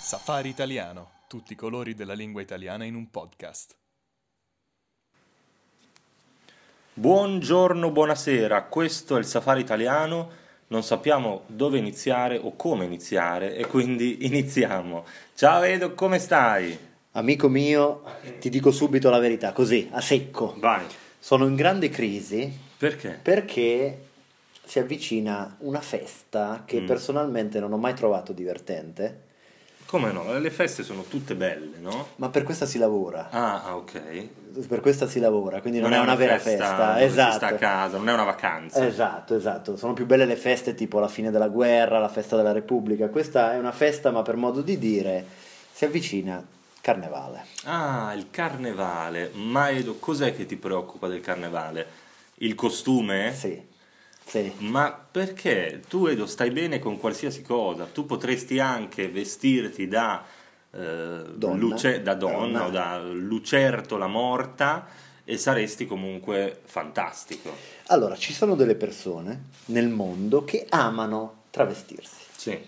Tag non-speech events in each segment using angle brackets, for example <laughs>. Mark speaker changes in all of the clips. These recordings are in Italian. Speaker 1: Safari Italiano, tutti i colori della lingua italiana in un podcast.
Speaker 2: Buongiorno, buonasera, questo è il Safari Italiano, non sappiamo dove iniziare o come iniziare e quindi <laughs> iniziamo. Ciao Edo, come stai?
Speaker 3: Amico mio, ti dico subito la verità, così, a secco.
Speaker 2: Vai.
Speaker 3: Sono in grande crisi
Speaker 2: Perché?
Speaker 3: perché si avvicina una festa che
Speaker 2: Mm.
Speaker 3: personalmente non ho mai trovato divertente,
Speaker 2: Come no? Le feste sono tutte belle, no?
Speaker 3: ma per questa si lavora.
Speaker 2: Ah, ah, ok.
Speaker 3: Per questa si lavora, quindi non, è una, vera festa.
Speaker 2: dove si sta
Speaker 3: Esatto.
Speaker 2: a casa, non è una vacanza.
Speaker 3: Esatto, esatto. Sono più belle le feste tipo la fine della guerra, la festa della Repubblica. Questa è una festa, ma per modo di dire, si avvicina Carnevale.
Speaker 2: Ah, il carnevale. Ma Edo, cos'è che ti preoccupa del carnevale? Il costume?
Speaker 3: Sì. Sì.
Speaker 2: Ma perché tu, Edo, stai bene con qualsiasi cosa? Tu potresti anche vestirti da, eh,
Speaker 3: Donna.
Speaker 2: luce- da donna
Speaker 3: Donna.
Speaker 2: o da lucertola morta e saresti comunque fantastico.
Speaker 3: Allora, ci sono delle persone nel mondo che amano travestirsi.
Speaker 2: Sì.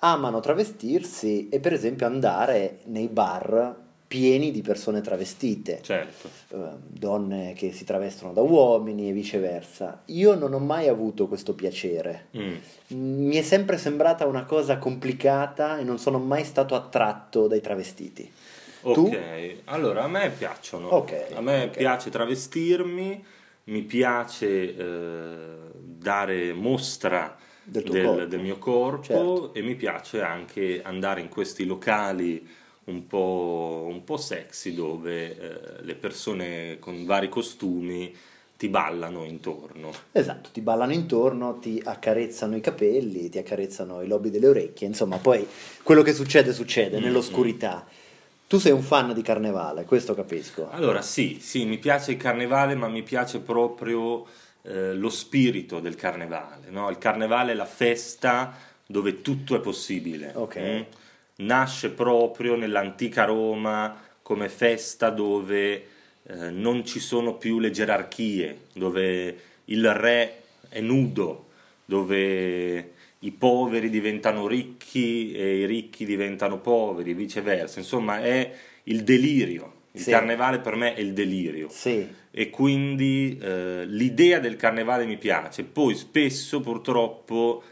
Speaker 3: Amano travestirsi e per esempio andare nei bar pieni di persone travestite,
Speaker 2: Certo.
Speaker 3: eh, donne che si travestono da uomini e viceversa. Io non ho mai avuto questo piacere.
Speaker 2: Mm.
Speaker 3: Mi è sempre sembrata una cosa complicata e non sono mai stato attratto dai travestiti. Tu?
Speaker 2: Ok, allora a me piacciono.
Speaker 3: Ok,
Speaker 2: a me
Speaker 3: ok.
Speaker 2: piace travestirmi, mi piace eh, dare mostra
Speaker 3: Del tuo
Speaker 2: del,
Speaker 3: corpo.
Speaker 2: del mio corpo
Speaker 3: Certo.
Speaker 2: e mi piace anche andare in questi locali un po', un po' sexy dove eh, le persone con vari costumi ti ballano intorno.
Speaker 3: Esatto, ti ballano intorno, ti accarezzano i capelli, ti accarezzano i lobi delle orecchie, insomma, poi quello che succede succede
Speaker 2: Mm,
Speaker 3: nell'oscurità. Tu sei un fan di carnevale, questo capisco.
Speaker 2: Allora, sì, sì, mi piace il carnevale, ma mi piace proprio eh, lo spirito del carnevale, no? Il carnevale è la festa dove tutto è possibile. Mm?
Speaker 3: Ok.
Speaker 2: Nasce proprio nell'antica Roma come festa dove eh, non ci sono più le gerarchie, dove il re è nudo, dove i poveri diventano ricchi e i ricchi diventano poveri, viceversa. Insomma, è il delirio. Il
Speaker 3: Sì.
Speaker 2: carnevale per me è il delirio
Speaker 3: Sì,
Speaker 2: e quindi eh, l'idea del carnevale mi piace. Poi spesso purtroppo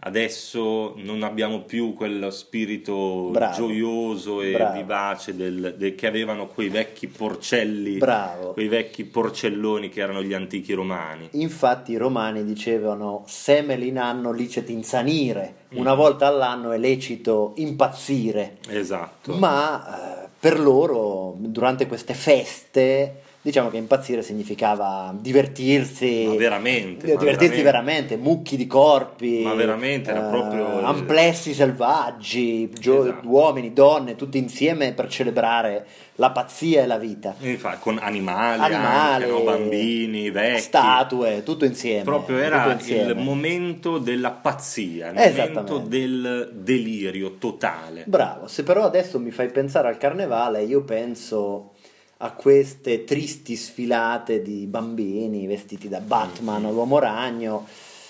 Speaker 2: adesso non abbiamo più quello spirito
Speaker 3: Bravo.
Speaker 2: gioioso e
Speaker 3: Bravo.
Speaker 2: vivace del- de- che avevano quei vecchi porcelli,
Speaker 3: bravo.
Speaker 2: quei vecchi porcelloni che erano gli antichi romani.
Speaker 3: Infatti i romani dicevano semel in anno licet insanire,
Speaker 2: Mm.
Speaker 3: una volta all'anno è lecito impazzire.
Speaker 2: Esatto.
Speaker 3: Ma eh, per loro, durante queste feste, diciamo che impazzire significava divertirsi.
Speaker 2: Ma veramente,
Speaker 3: Di-
Speaker 2: ma
Speaker 3: divertirsi veramente. mucchi di corpi, eh,
Speaker 2: Ma veramente, era proprio il-
Speaker 3: amplessi selvaggi, gio-
Speaker 2: Esatto.
Speaker 3: uomini, donne, tutti insieme per celebrare la pazzia e la vita.
Speaker 2: Infatti, con animali,
Speaker 3: Animali,
Speaker 2: anche, no? bambini, vecchi.
Speaker 3: statue, tutto insieme.
Speaker 2: Proprio
Speaker 3: tutto
Speaker 2: era
Speaker 3: insieme.
Speaker 2: il momento della pazzia, il
Speaker 3: Esattamente.
Speaker 2: momento del delirio totale.
Speaker 3: Bravo, se però adesso mi fai pensare al carnevale, io penso a queste tristi sfilate di bambini vestiti da
Speaker 2: Mm,
Speaker 3: Batman o l'uomo ragno.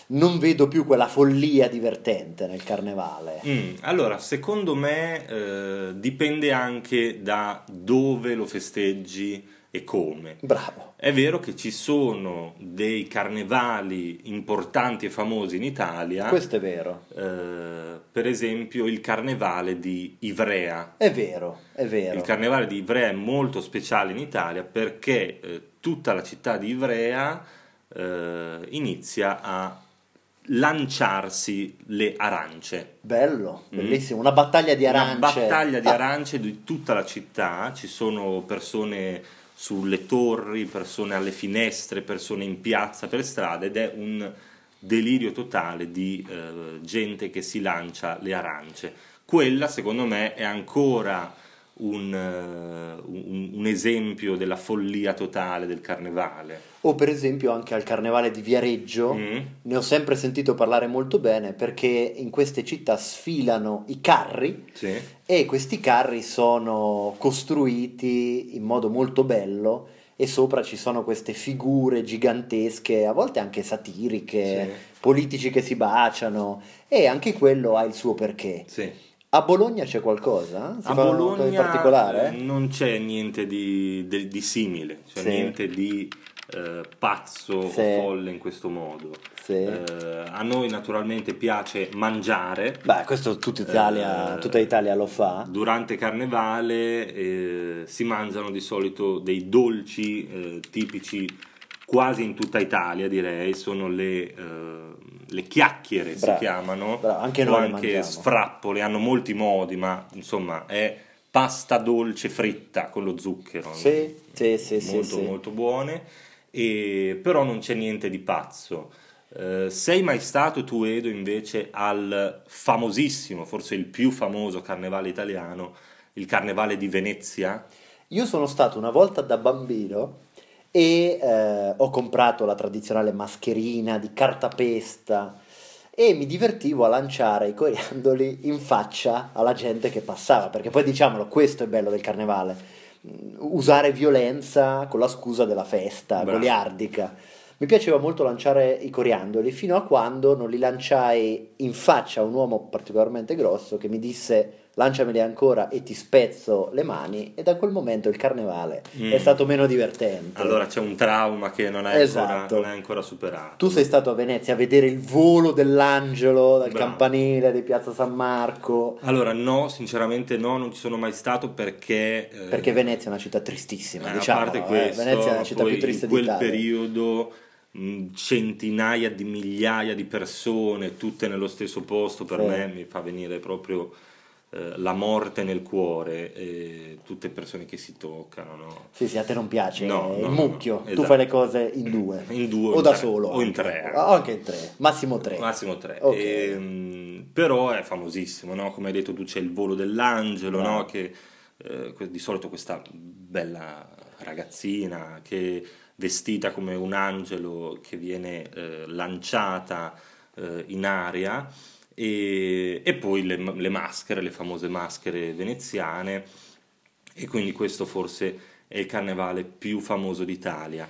Speaker 3: Non vedo più quella follia divertente nel carnevale.
Speaker 2: Mm, allora, secondo me eh, dipende anche da dove lo festeggi e come.
Speaker 3: Bravo.
Speaker 2: È vero che ci sono dei carnevali importanti e famosi in Italia,
Speaker 3: Questo è vero.
Speaker 2: eh, per esempio il carnevale di Ivrea.
Speaker 3: È vero, è vero.
Speaker 2: Il carnevale di Ivrea è molto speciale in Italia perché eh, tutta la città di Ivrea eh, inizia a lanciarsi le arance.
Speaker 3: Bello,
Speaker 2: Mm.
Speaker 3: bellissimo. Una battaglia di arance.
Speaker 2: Una battaglia di
Speaker 3: Ah,
Speaker 2: arance di tutta la città, ci sono persone sulle torri, persone alle finestre, persone in piazza, per strada ed è un delirio totale di eh, gente che si lancia le arance. Quella secondo me è ancora un, eh, un- un esempio della follia totale del carnevale.
Speaker 3: O per esempio anche al carnevale di Viareggio.
Speaker 2: Mm?
Speaker 3: Ne ho sempre sentito parlare molto bene perché in queste città sfilano i carri
Speaker 2: Sì.
Speaker 3: E questi carri sono costruiti in modo molto bello e sopra ci sono queste figure gigantesche, a volte anche satiriche,
Speaker 2: Sì.
Speaker 3: politici che si baciano e anche quello ha il suo perché.
Speaker 2: Sì.
Speaker 3: A Bologna c'è qualcosa? Si
Speaker 2: a
Speaker 3: fa qualcosa
Speaker 2: Bologna
Speaker 3: in particolare?
Speaker 2: eh, non c'è niente di, de- di simile, cioè
Speaker 3: Sì.
Speaker 2: niente di eh, pazzo
Speaker 3: Sì.
Speaker 2: o folle in questo modo.
Speaker 3: Sì.
Speaker 2: Eh, a noi naturalmente piace mangiare.
Speaker 3: Beh, questo tutta Italia,
Speaker 2: Eh,
Speaker 3: tutta Italia lo fa.
Speaker 2: Durante Carnevale eh, si mangiano di solito dei dolci eh, tipici quasi in tutta Italia, direi, sono le, eh, le chiacchiere
Speaker 3: Bravo,
Speaker 2: si chiamano,
Speaker 3: bravo, anche
Speaker 2: o
Speaker 3: noi le
Speaker 2: anche
Speaker 3: mangiamo.
Speaker 2: sfrappole, hanno molti modi, ma insomma è pasta dolce fritta con lo zucchero,
Speaker 3: Sì, sì, sì, sì,
Speaker 2: molto
Speaker 3: sì.
Speaker 2: molto buone, e- però non c'è niente di pazzo. Eh, sei mai stato tu, Edo, invece al famosissimo, forse il più famoso carnevale italiano, il carnevale di Venezia?
Speaker 3: Io sono stato una volta da bambino e eh, ho comprato la tradizionale mascherina di cartapesta e mi divertivo a lanciare i coriandoli in faccia alla gente che passava, perché poi diciamolo, questo è il bello del carnevale, mm, usare violenza con la scusa della festa
Speaker 2: Bravo.
Speaker 3: goliardica. Mi piaceva molto lanciare i coriandoli fino a quando non li lanciai in faccia a un uomo particolarmente grosso che mi disse lanciameli ancora e ti spezzo le mani e da quel momento il carnevale
Speaker 2: Mm.
Speaker 3: è stato meno divertente.
Speaker 2: Allora c'è un trauma che non hai,
Speaker 3: Esatto.
Speaker 2: ancora, non hai ancora superato.
Speaker 3: Tu sei stato a Venezia a vedere il volo dell'angelo dal
Speaker 2: Bravo.
Speaker 3: campanile di Piazza San Marco,
Speaker 2: Allora no, sinceramente no, non ci sono mai stato perché... eh,
Speaker 3: perché Venezia è una città tristissima,
Speaker 2: Eh,
Speaker 3: diciamo,
Speaker 2: a parte
Speaker 3: eh,
Speaker 2: questo,
Speaker 3: Venezia è la città
Speaker 2: poi
Speaker 3: più triste
Speaker 2: in quel
Speaker 3: d'Italia.
Speaker 2: periodo mh, centinaia di migliaia di persone, tutte nello stesso posto, per
Speaker 3: Sì.
Speaker 2: me mi fa venire proprio eh, la morte nel cuore, e tutte persone che si toccano, no?
Speaker 3: Sì, sì, a te non piace
Speaker 2: No,
Speaker 3: eh,
Speaker 2: no,
Speaker 3: il
Speaker 2: no,
Speaker 3: mucchio,
Speaker 2: no,
Speaker 3: tu
Speaker 2: esatto.
Speaker 3: fai le cose in due,
Speaker 2: In due,
Speaker 3: o
Speaker 2: in
Speaker 3: da
Speaker 2: tre,
Speaker 3: solo,
Speaker 2: o in
Speaker 3: anche.
Speaker 2: tre.
Speaker 3: O anche in tre, massimo tre.
Speaker 2: Massimo tre.
Speaker 3: Ok.
Speaker 2: Ehm, però è famosissimo, no? come hai detto tu c'è il volo dell'angelo,
Speaker 3: Ah.
Speaker 2: no? che eh, que- di solito questa bella ragazzina che vestita come un angelo che viene eh, lanciata eh, in aria e, e poi le, le maschere, le famose maschere veneziane e quindi questo forse è il carnevale più famoso d'Italia.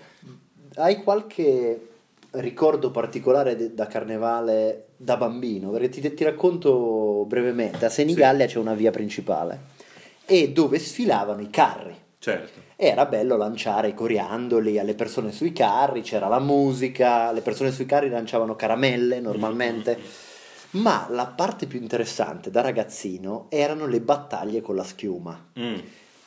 Speaker 3: Hai qualche ricordo particolare de- da carnevale da bambino? Perché ti, ti racconto brevemente, a Senigallia c'è una via principale e dove sfilavano i carri.
Speaker 2: Certo.
Speaker 3: Era bello lanciare i coriandoli alle persone sui carri, c'era la musica, le persone sui carri lanciavano
Speaker 2: <laughs>
Speaker 3: caramelle normalmente. Ma la parte più interessante da ragazzino erano le battaglie con la schiuma.
Speaker 2: Mm.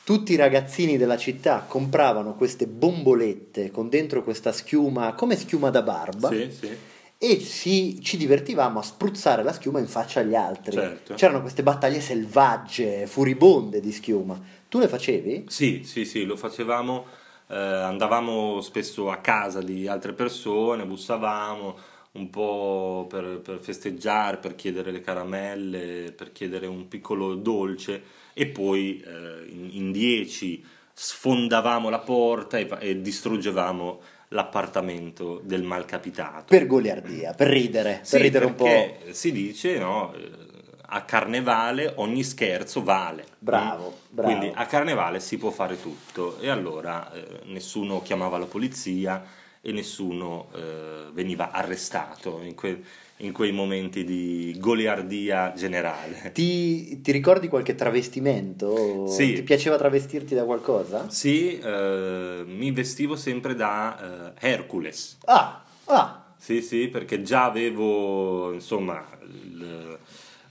Speaker 3: Tutti i ragazzini della città compravano queste bombolette con dentro questa schiuma, come schiuma da barba,
Speaker 2: Sì, sì.
Speaker 3: e si- ci divertivamo a spruzzare la schiuma in faccia agli altri.
Speaker 2: Certo.
Speaker 3: C'erano queste battaglie selvagge, furibonde di schiuma. Tu le facevi?
Speaker 2: Sì, sì, sì, lo facevamo, eh, andavamo spesso a casa di altre persone, bussavamo un po' per, per festeggiare, per chiedere le caramelle, per chiedere un piccolo dolce e poi eh, in, in dieci sfondavamo la porta e, e distruggevamo l'appartamento del malcapitato.
Speaker 3: Per goliardia, per ridere,
Speaker 2: Sì,
Speaker 3: per ridere un po'.
Speaker 2: perché si dice, no, eh, a carnevale ogni scherzo vale. Mm?
Speaker 3: Bravo, bravo.
Speaker 2: Quindi a carnevale si può fare tutto e allora eh, nessuno chiamava la polizia e nessuno eh, veniva arrestato in, que- in quei momenti di goliardia generale.
Speaker 3: Ti, ti ricordi qualche travestimento?
Speaker 2: Sì.
Speaker 3: Ti piaceva travestirti da qualcosa?
Speaker 2: Sì, eh, mi vestivo sempre da eh, Hercules.
Speaker 3: Ah, ah,
Speaker 2: Sì, sì, perché già avevo, insomma, l-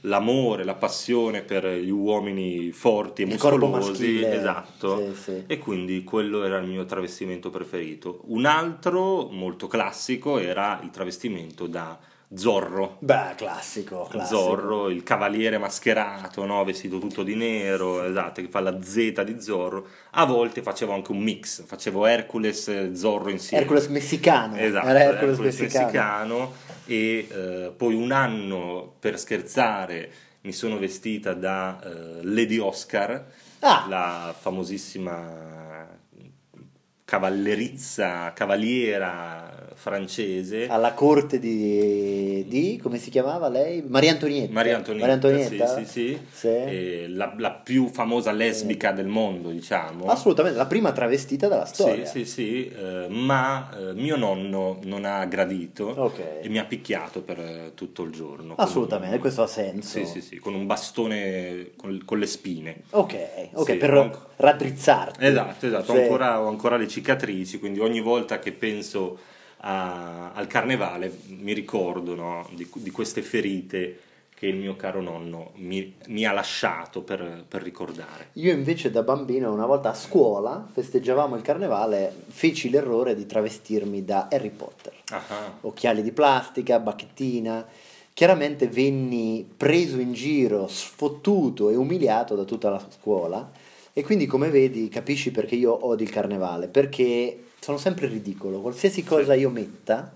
Speaker 2: l'amore, la passione per gli uomini forti e
Speaker 3: Il corpo
Speaker 2: muscolosi,
Speaker 3: maschile.
Speaker 2: esatto.
Speaker 3: Sì, sì.
Speaker 2: E quindi quello era il mio travestimento preferito. Un altro molto classico era il travestimento da Zorro.
Speaker 3: beh, classico, classico.
Speaker 2: Zorro, il cavaliere mascherato, no? vestito tutto di nero, esatto, che fa la Z di Zorro. A volte facevo anche un mix, facevo Hercules e Zorro insieme.
Speaker 3: Hercules messicano.
Speaker 2: Esatto,
Speaker 3: Era
Speaker 2: Hercules,
Speaker 3: Hercules messicano.
Speaker 2: messicano e eh, poi un anno per scherzare mi sono vestita da eh, Lady Oscar,
Speaker 3: Ah.
Speaker 2: la famosissima cavallerizza, cavaliera francese.
Speaker 3: alla corte di, di- come si chiamava lei? Maria Antonietta.
Speaker 2: Maria Antonietta,
Speaker 3: Antonietta?
Speaker 2: sì, sì, sì.
Speaker 3: Sì.
Speaker 2: Eh, la, la più famosa lesbica del mondo, diciamo.
Speaker 3: Assolutamente, la prima travestita della
Speaker 2: Sì,
Speaker 3: storia.
Speaker 2: sì, sì, eh, ma eh, mio nonno non ha gradito
Speaker 3: Ok.
Speaker 2: e mi ha picchiato per eh, tutto il giorno. con
Speaker 3: Assolutamente,
Speaker 2: un-
Speaker 3: questo ha senso.
Speaker 2: Sì, sì, sì, con un bastone con, con le spine.
Speaker 3: Ok, ok,
Speaker 2: Sì,
Speaker 3: per
Speaker 2: anco-
Speaker 3: raddrizzarti.
Speaker 2: Esatto, esatto, ho,
Speaker 3: Sì.
Speaker 2: ancora, ho ancora le cicatrici, quindi ogni volta che penso a- al carnevale mi ricordo no, di, di queste ferite che il mio caro nonno mi, mi ha lasciato per, per ricordare.
Speaker 3: Io invece da bambino una volta a scuola festeggiavamo il carnevale, feci l'errore di travestirmi da Harry Potter.
Speaker 2: Ah,
Speaker 3: Occhiali di plastica, bacchettina. Chiaramente venni preso in giro, sfottuto e umiliato da tutta la scuola e quindi come vedi capisci perché io odio il carnevale, perché sono sempre ridicolo, qualsiasi cosa io metta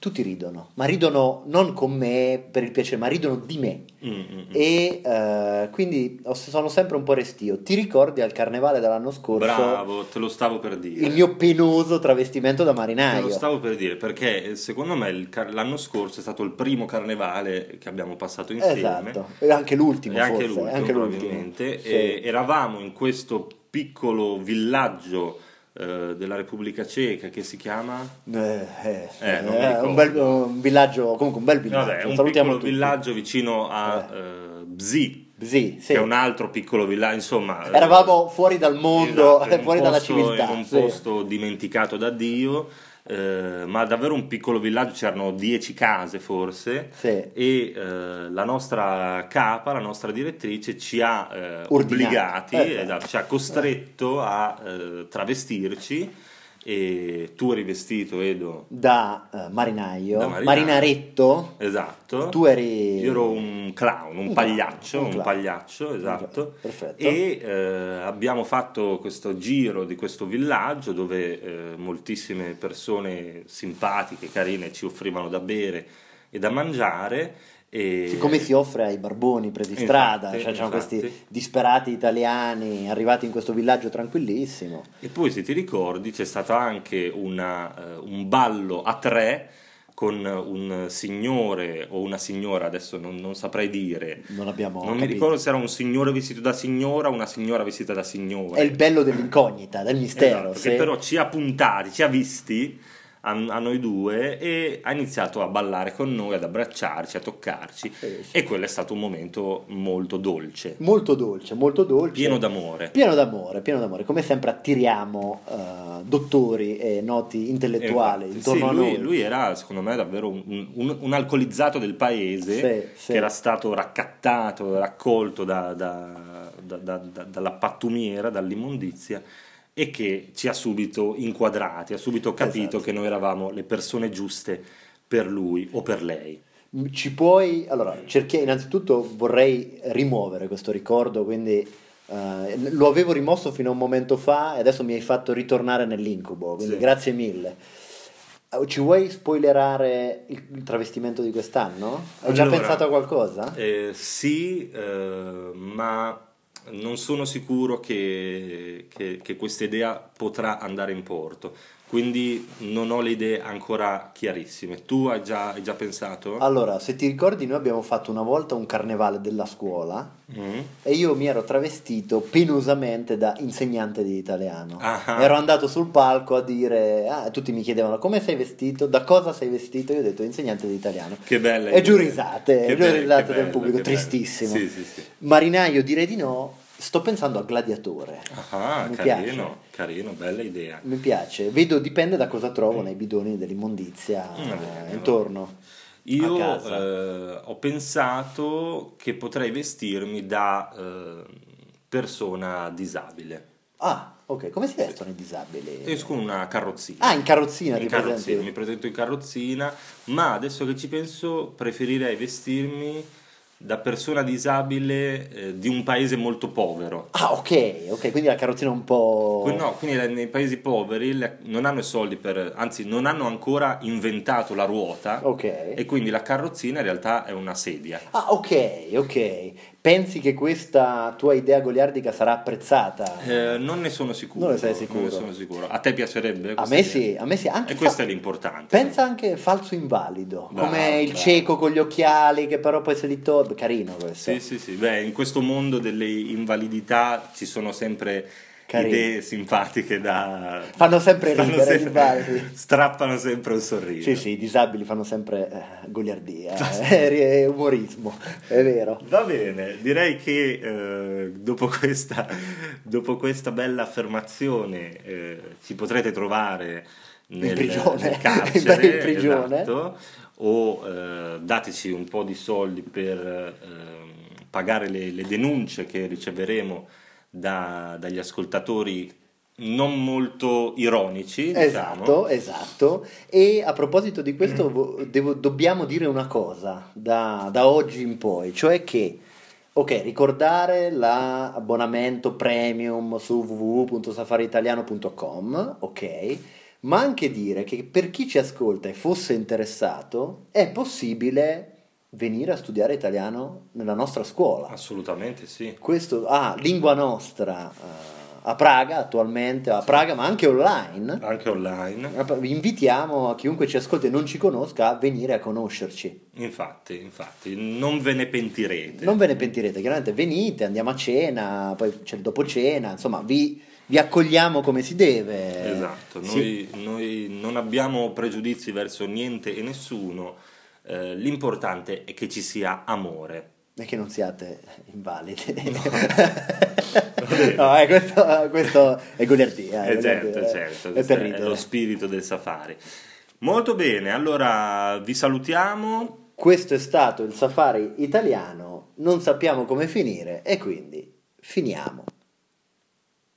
Speaker 3: tutti ridono, ma ridono non con me per il piacere, ma ridono di me
Speaker 2: mm, mm, mm.
Speaker 3: e eh, quindi ho- sono sempre un po' restio. Ti ricordi al carnevale dell'anno scorso
Speaker 2: Bravo, te lo stavo per dire.
Speaker 3: il mio penoso travestimento da
Speaker 2: Te lo
Speaker 3: marinaio?
Speaker 2: stavo per dire perché eh, secondo me il car- l'anno scorso è stato il primo carnevale che abbiamo passato insieme.
Speaker 3: Esatto, e anche l'ultimo
Speaker 2: e anche
Speaker 3: forse, eh,
Speaker 2: l'ultimo,
Speaker 3: anche l'ultimo.
Speaker 2: probabilmente.
Speaker 3: Sì.
Speaker 2: E eravamo in questo piccolo villaggio eh, della Repubblica Ceca che si chiama.
Speaker 3: Eh, eh,
Speaker 2: Eh, non mi
Speaker 3: eh,
Speaker 2: ricordo.
Speaker 3: un, bel, un villaggio, comunque un bel villaggio.
Speaker 2: Vabbè, un
Speaker 3: Salutiamo
Speaker 2: piccolo
Speaker 3: tutti.
Speaker 2: villaggio vicino a
Speaker 3: Vabbè.
Speaker 2: eh, Bzi,
Speaker 3: Sì, sì.
Speaker 2: che è un altro piccolo villaggio, insomma. eh,
Speaker 3: Eravamo fuori dal mondo, eh, <laughs>
Speaker 2: Esatto, in un
Speaker 3: fuori dalla
Speaker 2: posto-
Speaker 3: civiltà.
Speaker 2: In un
Speaker 3: sì.
Speaker 2: posto dimenticato da Dio, eh, ma davvero un piccolo villaggio, c'erano 10 case forse.
Speaker 3: Sì.
Speaker 2: E eh, la nostra capa, la nostra direttrice, ci ha eh,
Speaker 3: Ordinati.
Speaker 2: obbligati,
Speaker 3: Eh,
Speaker 2: esatto, ci ha costretto a eh, travestirci. E tu eri vestito, Edo.
Speaker 3: Da eh, marinaio,
Speaker 2: Da marinaio.
Speaker 3: marinaretto,
Speaker 2: Esatto.
Speaker 3: Tu eri-
Speaker 2: Io ero un clown, un
Speaker 3: Un
Speaker 2: pagliaccio,
Speaker 3: clown, un
Speaker 2: un,
Speaker 3: clown.
Speaker 2: pagliaccio, esatto.
Speaker 3: clown, perfetto.
Speaker 2: E eh, abbiamo fatto questo giro di questo villaggio dove eh, moltissime persone simpatiche, carine ci offrivano da bere e da mangiare. E...
Speaker 3: Siccome si offre ai barboni presi
Speaker 2: Infatti,
Speaker 3: strada, cioè c'erano
Speaker 2: infatti.
Speaker 3: questi disperati italiani arrivati in questo villaggio tranquillissimo.
Speaker 2: E poi, se ti ricordi, c'è stato anche una, eh, un ballo a tre con un signore o una signora, adesso non, non saprei dire.
Speaker 3: Non abbiamo
Speaker 2: Non mi
Speaker 3: Boh, capito.
Speaker 2: ricordo se era un signore vestito da signora o una signora vestita da signora.
Speaker 3: È il bello dell'incognita, del mistero.
Speaker 2: Esatto,
Speaker 3: se-
Speaker 2: che però ci ha puntati, ci ha visti a, a noi due e ha iniziato a ballare con noi, ad abbracciarci, a toccarci.
Speaker 3: Sì, sì.
Speaker 2: E quello è stato un momento molto dolce,
Speaker 3: Molto dolce, molto dolce.
Speaker 2: pieno d'amore.
Speaker 3: Pieno d'amore, pieno d'amore. Come sempre attiriamo eh, dottori e noti intellettuali
Speaker 2: Infatti,
Speaker 3: intorno
Speaker 2: Esatto. sì,
Speaker 3: a
Speaker 2: lui,
Speaker 3: noi.
Speaker 2: lui era secondo me davvero un, un- un alcolizzato del paese
Speaker 3: Sì, sì.
Speaker 2: che era stato raccattato, raccolto da- da- da- da- da- dalla pattumiera, dall'immondizia e che ci ha subito inquadrati, ha subito capito
Speaker 3: Esatto.
Speaker 2: che noi eravamo le persone giuste per lui o per lei.
Speaker 3: Ci puoi... Allora, cerchi... innanzitutto vorrei rimuovere questo ricordo, quindi eh, lo avevo rimosso fino a un momento fa e adesso mi hai fatto ritornare nell'incubo, quindi
Speaker 2: Sì.
Speaker 3: grazie mille. Eh, Ci vuoi spoilerare il, il travestimento di quest'anno? Hai già
Speaker 2: Allora,
Speaker 3: pensato a qualcosa?
Speaker 2: Eh, sì, eh, ma non sono sicuro che, che- che questa idea potrà andare in porto, quindi non ho le idee ancora chiarissime. Tu hai già, hai già pensato?
Speaker 3: Allora, se ti ricordi, noi abbiamo fatto una volta un carnevale della scuola
Speaker 2: Mm?
Speaker 3: e io mi ero travestito penosamente da insegnante di italiano.
Speaker 2: Ah.
Speaker 3: Ero andato sul palco a dire, ah, tutti mi chiedevano come sei vestito, da cosa sei vestito, io ho detto insegnante di italiano.
Speaker 2: Che bella
Speaker 3: E giù
Speaker 2: idea.
Speaker 3: risate,
Speaker 2: Che
Speaker 3: giù
Speaker 2: be-
Speaker 3: risate
Speaker 2: che
Speaker 3: del
Speaker 2: bello,
Speaker 3: pubblico,
Speaker 2: che bello.
Speaker 3: tristissimo.
Speaker 2: Sì, sì, sì.
Speaker 3: Marinaio direi di no, sto pensando a gladiatore.
Speaker 2: Ah,
Speaker 3: Mi
Speaker 2: carino,
Speaker 3: piace.
Speaker 2: carino, bella idea.
Speaker 3: Mi piace, vedo, dipende da cosa trovo nei bidoni dell'immondizia
Speaker 2: Mm, va bene,
Speaker 3: eh,
Speaker 2: va
Speaker 3: intorno.
Speaker 2: Io
Speaker 3: a casa.
Speaker 2: eh, ho pensato che potrei vestirmi da eh, persona disabile.
Speaker 3: Ah, ok, come si vestono i disabili?
Speaker 2: Esco con una carrozzina.
Speaker 3: Ah, in carrozzina
Speaker 2: In
Speaker 3: ti
Speaker 2: carrozzina,
Speaker 3: presenti.
Speaker 2: mi presento in carrozzina, ma adesso che ci penso preferirei vestirmi da persona disabile eh, di un paese molto povero.
Speaker 3: Ah, ok, ok, quindi la carrozzina un po'.
Speaker 2: Que- No, quindi la- nei paesi poveri le- non hanno i soldi per, anzi non hanno ancora inventato la ruota
Speaker 3: Ok.
Speaker 2: e quindi la carrozzina in realtà è una sedia.
Speaker 3: Ah, ok, ok. Pensi che questa tua idea goliardica sarà apprezzata?
Speaker 2: Eh, non ne sono sicuro.
Speaker 3: Non ne sei sicuro.
Speaker 2: non ne sono sicuro. A te piacerebbe?
Speaker 3: a
Speaker 2: questa
Speaker 3: me
Speaker 2: idea?
Speaker 3: sì, a me sì. Anche
Speaker 2: E
Speaker 3: fa-
Speaker 2: questo è l'importante.
Speaker 3: Pensa anche falso invalido,
Speaker 2: Bravo,
Speaker 3: come il
Speaker 2: bravo.
Speaker 3: cieco con gli occhiali che però poi se li toglie. Carino questo.
Speaker 2: Sì, sì, sì. Beh, in questo mondo delle invalidità ci sono sempre
Speaker 3: Carino.
Speaker 2: idee simpatiche da...
Speaker 3: Fanno
Speaker 2: <laughs>
Speaker 3: sempre
Speaker 2: Fanno
Speaker 3: ridere gli
Speaker 2: sempre-
Speaker 3: invalidi.
Speaker 2: Strappano sempre un sorriso.
Speaker 3: Sì, sì, i disabili fanno sempre eh,
Speaker 2: <laughs>
Speaker 3: goliardia, eh, <laughs> umorismo, è vero.
Speaker 2: Va bene, direi che eh, dopo, questa, dopo questa bella affermazione eh, ci potrete trovare nel,
Speaker 3: prigione.
Speaker 2: nel carcere,
Speaker 3: <laughs> In prigione.
Speaker 2: esatto, o eh, dateci un po' di soldi per ehm, pagare le, le denunce che riceveremo da- dagli ascoltatori non molto ironici, diciamo.
Speaker 3: Esatto, esatto. E a proposito di questo, vo- devo- dobbiamo dire una cosa da, da oggi in poi, cioè che, ok, ricordare l'abbonamento premium su www.safariitaliano.com, ok, ma anche dire che per chi ci ascolta e fosse interessato, è possibile venire a studiare italiano nella nostra scuola.
Speaker 2: Assolutamente sì.
Speaker 3: Questo, ah, lingua nostra. eh, a Praga attualmente, a Praga ma anche online.
Speaker 2: Anche online.
Speaker 3: Vi invitiamo a chiunque ci ascolta e non ci conosca a venire a conoscerci.
Speaker 2: Infatti, infatti, non ve ne pentirete.
Speaker 3: Non ve ne pentirete, chiaramente venite, andiamo a cena, poi c'è il dopo cena, insomma vi, vi accogliamo come si deve.
Speaker 2: Esatto,
Speaker 3: Eh, Sì.
Speaker 2: noi, noi non abbiamo pregiudizi verso niente e nessuno, eh, l'importante è che ci sia amore.
Speaker 3: E che non siate invalidi. <laughs> No, eh, questo, questo è goliardia. è
Speaker 2: Eh, certo,
Speaker 3: goliardia,
Speaker 2: certo,
Speaker 3: È
Speaker 2: questo
Speaker 3: per
Speaker 2: è,
Speaker 3: ridere.
Speaker 2: lo spirito del safari. Molto bene, allora vi salutiamo,
Speaker 3: Questo è stato il safari italiano, non sappiamo come finire e quindi finiamo.